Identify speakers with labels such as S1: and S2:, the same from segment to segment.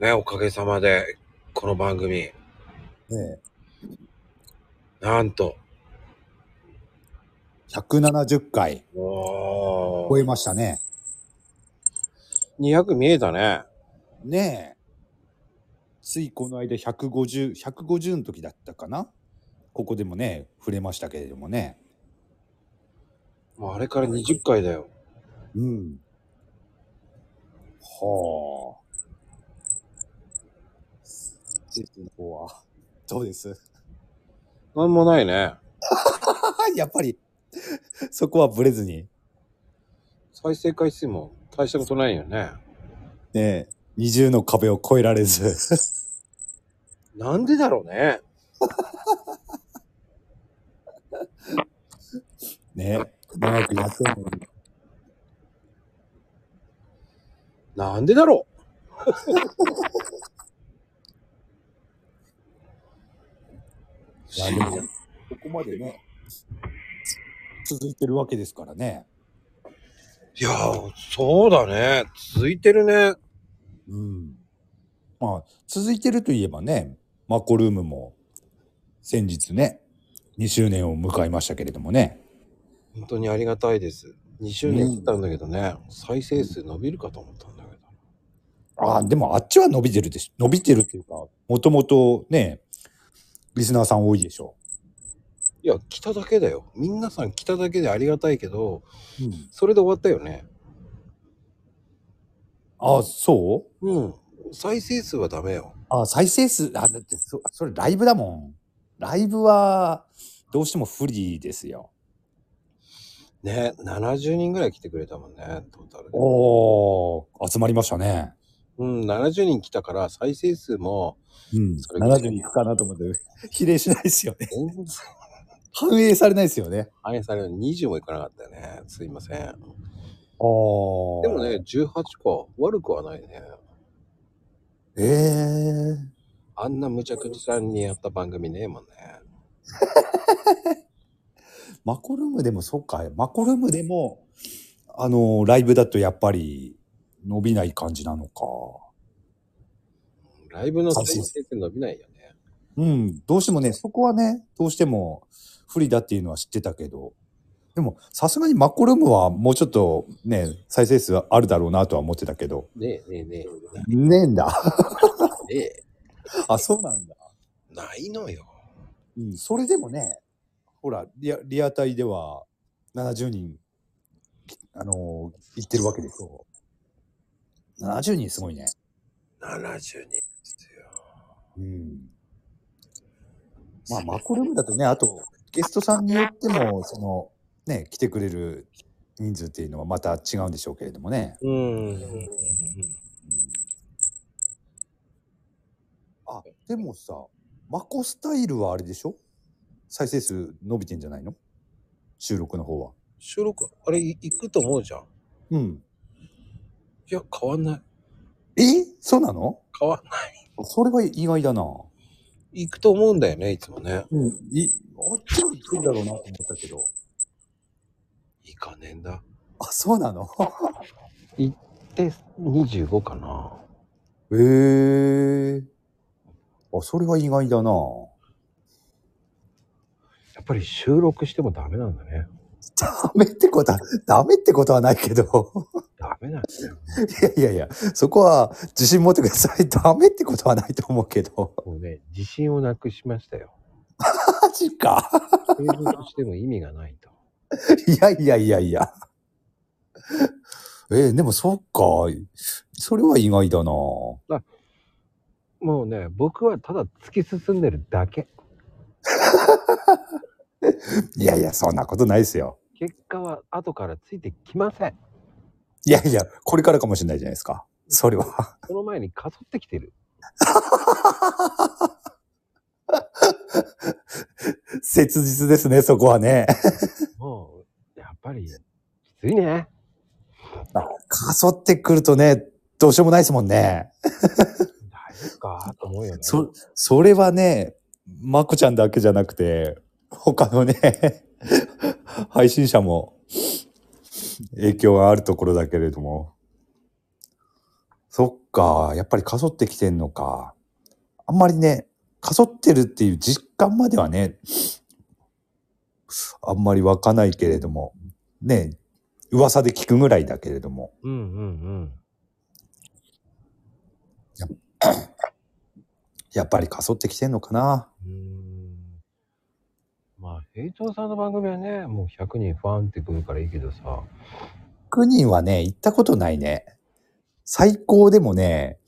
S1: ね、おかげさまで、この番組、
S2: ね
S1: なんと、
S2: え、170回
S1: お
S2: 超え
S1: ー、
S2: ましたね。
S1: 200見えたね。
S2: ねえ。ついこの間150、150の時だったかなここでもね、触れましたけれどもね。
S1: もうあれから20回だよ。
S2: うん。はあ。ジェイの方は、どうです
S1: なんもないね。
S2: やっぱり、そこはブレずに。
S1: 再生回数も大したことないよね。
S2: ねえ、二重の壁を越えられず。
S1: なんでだろうね。
S2: ねえ、長くやってんのに。
S1: なんでだろ う。
S2: いやでもここまでね、続いてるわけですからね。
S1: いやー、そうだね。続いてるね。
S2: うん。まあ、続いてるといえばね、マコルームも先日ね、2周年を迎えましたけれどもね。
S1: 本当にありがたいです。2周年経ったんだけどね、再生数伸びるかと思ったんだけど。
S2: ああ、でもあっちは伸びてるでしょ。伸びてるっていうか、もともとね、リスナーさん多いでしょ。
S1: いや、来ただけだよ。皆さん来ただけでありがたいけど、
S2: うん、
S1: それで終わったよね。
S2: ああ、そう
S1: うん。再生数はダメよ。
S2: ああ、再生数、あだってそ、それライブだもん。ライブは、どうしても不利ですよ。
S1: ね、70人ぐらい来てくれたもんね、トータルで。
S2: おー、集まりましたね。
S1: うん、70人来たから再生数も
S2: うん、
S1: それぐらい
S2: 70いくかなと思って、 比例しないですよね。
S1: 全然
S2: 反映されないですよね。
S1: 反映される20もいかなかったよね。すいません。で
S2: ああ。
S1: もね、、18個悪くはないね。
S2: ええ
S1: あんな無茶苦茶にやった番組ねえもんね。
S2: マコルームでも、そっか、マコルームでも、あの、ライブだとやっぱり伸びない感じなのか。
S1: ライブの再生数伸びないよね。
S2: うん、どうしてもね、そこはね、どうしても不利だっていうのは知ってたけど、でも、さすがにマコルームはもうちょっとね、再生数あるだろうなとは思ってたけど。
S1: ねえねえね
S2: ねえんだ。
S1: え。ねえ。
S2: あ、そうなんだ。
S1: ないのよ。
S2: うん、それでもね、ほら、リアリアタイでは70人、あのー、行ってるわけですよ。70人すごいね。
S1: 70人ですよ。
S2: うん。まあ、マコルームだとね、あと、ゲストさんによっても、その、ね、来てくれる人数っていうのはまた違うんでしょうけれどもね。
S1: うん。
S2: あ、でもさ、マコスタイルはあれでしょ再生数伸びてんじゃないの収録の方は。
S1: 収録、あれ、い行くと思うじゃん。
S2: うん。
S1: いや、変わんない。
S2: えそうなの
S1: 変わんない。
S2: それは意外だな。
S1: 行くと思うんだよね、いつもね。
S2: うん、い、あっちは行くんだろうなと思ったけど。
S1: 行かねえんだ。
S2: あ、そうなの
S1: で、25かな。
S2: へえ。あ、それは意外だな。
S1: やっぱり収録してもダメなんだね。
S2: ダメってことは、ダメってことはないけど。
S1: ダメだね。
S2: いやいやいや、そこは自信持ってください。ダメってことはないと思うけど。
S1: もうね、自信をなくしましたよ。
S2: マジか。
S1: 収録しても意味がないと。
S2: いやいやいやいや。えー、でもそっか。それは意外だな。
S1: もうね、僕はただ突き進んでるだけ。
S2: いやいや、そんなことないですよ。
S1: 結果は後からついてきません。
S2: いやいや、これからかもしれないじゃないですか。それは。
S1: その前にかそってきてる。
S2: 切実ですね、そこはね。
S1: もう、やっぱり、きついね。
S2: かそってくるとね、どうしようもないですもんね。
S1: 大丈夫かと思うよね。
S2: そ、それはね、まこちゃんだけじゃなくて、他のね、配信者も影響があるところだけれども。そっか、やっぱりかそってきてんのか。あんまりね、かそってるっていう実感まではね、あんまり湧かないけれども、ね、噂で聞くぐらいだけれども、
S1: うんうん
S2: やっぱりかそってきてんのかな。
S1: うん。うーんまあ、平長さんの番組はね、もう100人ファンってくるからいいけどさ。
S2: 9人はね、行ったことないね。最高でもね、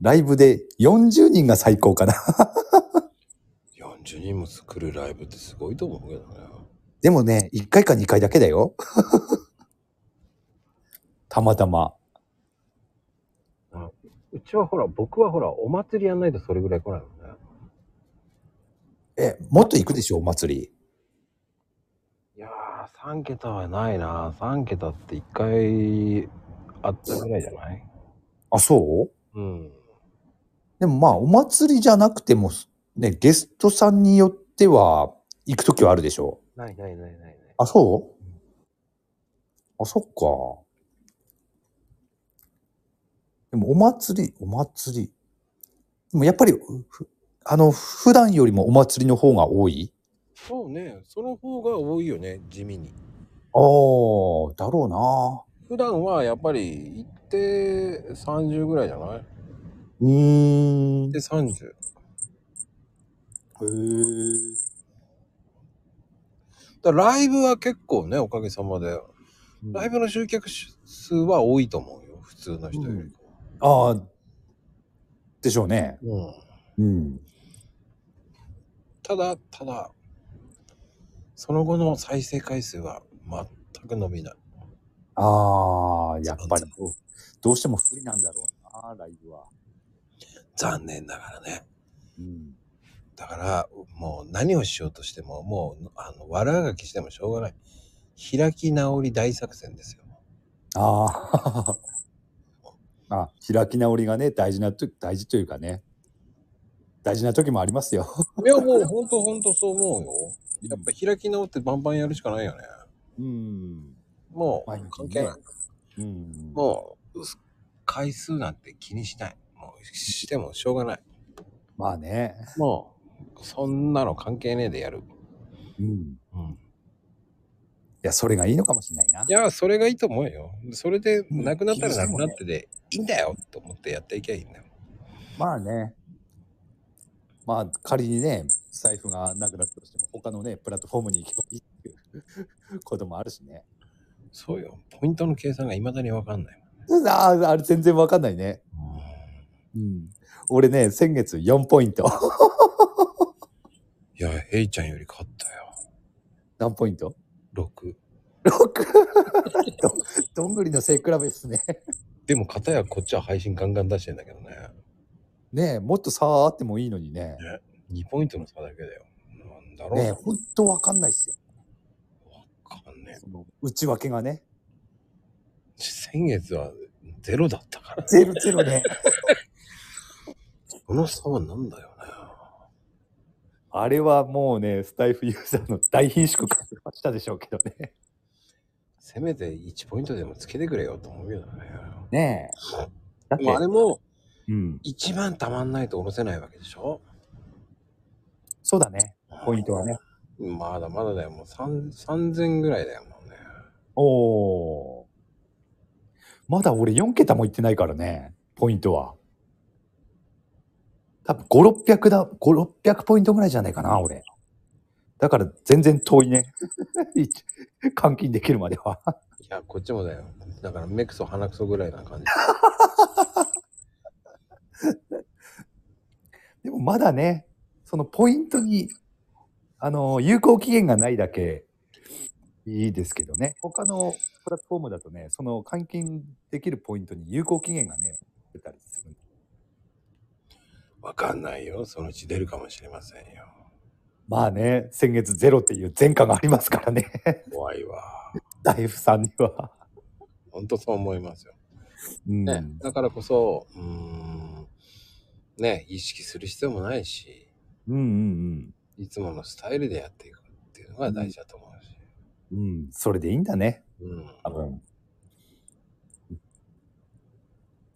S2: ライブで40人が最高かな。
S1: 40人も作るライブってすごいと思うけどね。
S2: でもね、1回か2回だけだよ。 たまたま。
S1: うちはほら、僕はほら、お祭りやんないとそれぐらい来ないもんね。
S2: え、もっと行くでしょ、お祭り。
S1: いやー、3桁はないな。3桁って1回あったぐらいじゃない
S2: あ、そう
S1: うん。
S2: でもまあ、お祭りじゃなくても、ね、ゲストさんによっては、行くときはあるでしょ。
S1: ないないないないない。
S2: あ、そうあ、そっか。でも、お祭り、お祭り。でも、やっぱり、ふあの、普段よりもお祭りの方が多い
S1: そうね。その方が多いよね、地味に。
S2: ああ、だろうな。
S1: 普段はやっぱり行って30ぐらいじゃない
S2: うーん。
S1: で30。
S2: へえ。
S1: だからライブは結構ね、おかげさまで。ライブの集客数は多いと思うよ、普通の人より。
S2: ああ、でしょうね。
S1: うん。
S2: うん。
S1: ただ、ただ、その後の再生回数は全く伸びない。
S2: ああ、やっぱりどう、どうしても不利なんだろうな、ライブは。
S1: 残念ながらね。
S2: うん。
S1: だから、もう何をしようとしても、もう、あの、悪あがきしてもしょうがない。開き直り大作戦ですよ。
S2: ああ。 あ、開き直りがね、大事なと、大事というかね。大事な時もありますよ。
S1: いや、もう本当本当そう思うよ。やっぱ開き直ってバンバンやるしかないよね。
S2: うん。
S1: もう
S2: まあいいね
S1: 関係ない。
S2: うん。
S1: もう回数なんて気にしない。もうしてもしょうがない。
S2: まあね。
S1: もうそんなの関係ねえでやる。
S2: うん。い
S1: うん、
S2: や、それがいいのかもしれないな。
S1: いや、それがいいと思うよ。それでなくなったらなくなってでいいんだよと思ってやっていけばいいんだよ。
S2: まあね。まあ、仮にね、財布がなくなったとしても、他のね、プラットフォームに行けばいいっていう こともあるしね。
S1: そうよ。ポイントの計算が未だにわかんない
S2: ああ、あれ全然わかんないね。
S1: もん。
S2: うん。俺ね、先月4ポイント。
S1: いや、ヘイちゃんより勝ったよ。
S2: 何ポイント
S1: 6。
S2: ?6! どどんぐりの背比べですね。
S1: でも、片やこっちは配信ガンガン出してんだけどね。
S2: ねえ、もっと差あってもいいのにね。
S1: 2ポイントの差だけだよ。なんだろう。
S2: ねえ、ほんとわかんないっすよ。
S1: わかんねえ。
S2: その内訳がね。
S1: 先月はゼロだったから。
S2: ゼロゼロね。
S1: この差はなんだよね。
S2: あれはもうね、スタイフユーザーの大貧縮化したでしょうけどね。
S1: せめて1ポイントでもつけてくれよと思うけどね。
S2: ねえ。だっ
S1: でもあれ
S2: て、
S1: も
S2: うん。
S1: 1万たまんないと下ろせないわけでしょ
S2: そうだね。ポイントはね。。
S1: まだまだだよ。もう3 3000ぐらいだよもうね。
S2: おお。まだ俺4桁もいってないからね、ポイントは。多分5、600だ、5、600ポイントぐらいじゃないかな、俺。だから全然遠いね。 換金できるまでは。
S1: いや、こっちもだよ。だから目くそ鼻くそぐらいな感じ。
S2: でもまだね、そのポイントに、あの、有効期限がないだけいいですけどね。他のプラットフォームだとね、その換金できるポイントに有効期限がね、出たりするんで
S1: わかんないよ。そのうち出るかもしれませんよ。
S2: まあね、先月ゼロっていう前科がありますか らね、
S1: 怖いわ。
S2: 大夫さんには。
S1: ほんとそう思いますよ。
S2: うん
S1: ね、だからこそ、うーん、ね、意識する必要もないし、
S2: うんうん
S1: いつものスタイルでやっていくっていうのが大事だと思うし。
S2: うん。うん、それでいいんだね、
S1: うん。
S2: 多分。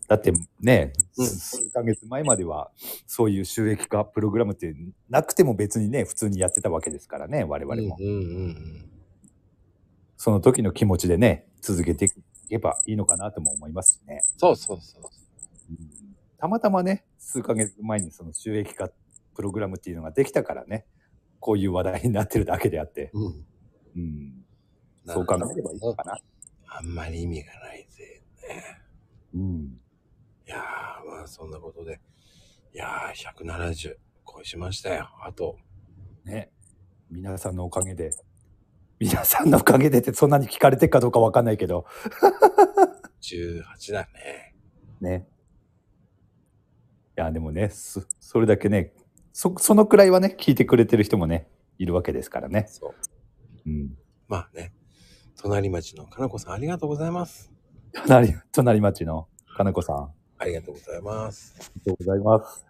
S2: だってね、
S1: うん
S2: 数ヶ月前までは、そういう収益化プログラムってなくても別にね、普通にやってたわけですからね、我々も。
S1: うんうんうん
S2: その時の気持ちでね、続けていけばいいのかなとも思いますしね。
S1: そうそうそう。
S2: うんたまたまね、数ヶ月前にその収益化プログラムっていうのができたからね、こういう話題になってるだけであって、
S1: うん、
S2: うん、そう考えればいいのかな。
S1: あんまり意味がないぜ。
S2: うん、
S1: いやー、まあそんなことで。いやー、170超しましたよ。あと、
S2: ね、皆さんのおかげで、皆さんのおかげでってそんなに聞かれてるかどうかわかんないけど、
S1: 18だね。
S2: ね。いや、でもね、そそれだけねそ、そのくらいはね、聞いてくれてる人もね、いるわけですからね。
S1: そう。
S2: うん、
S1: まあね、隣町のかなこさんありがとうございます。
S2: 隣、隣町のかなこさん、あ
S1: ありがとうございます。
S2: りがとうございます。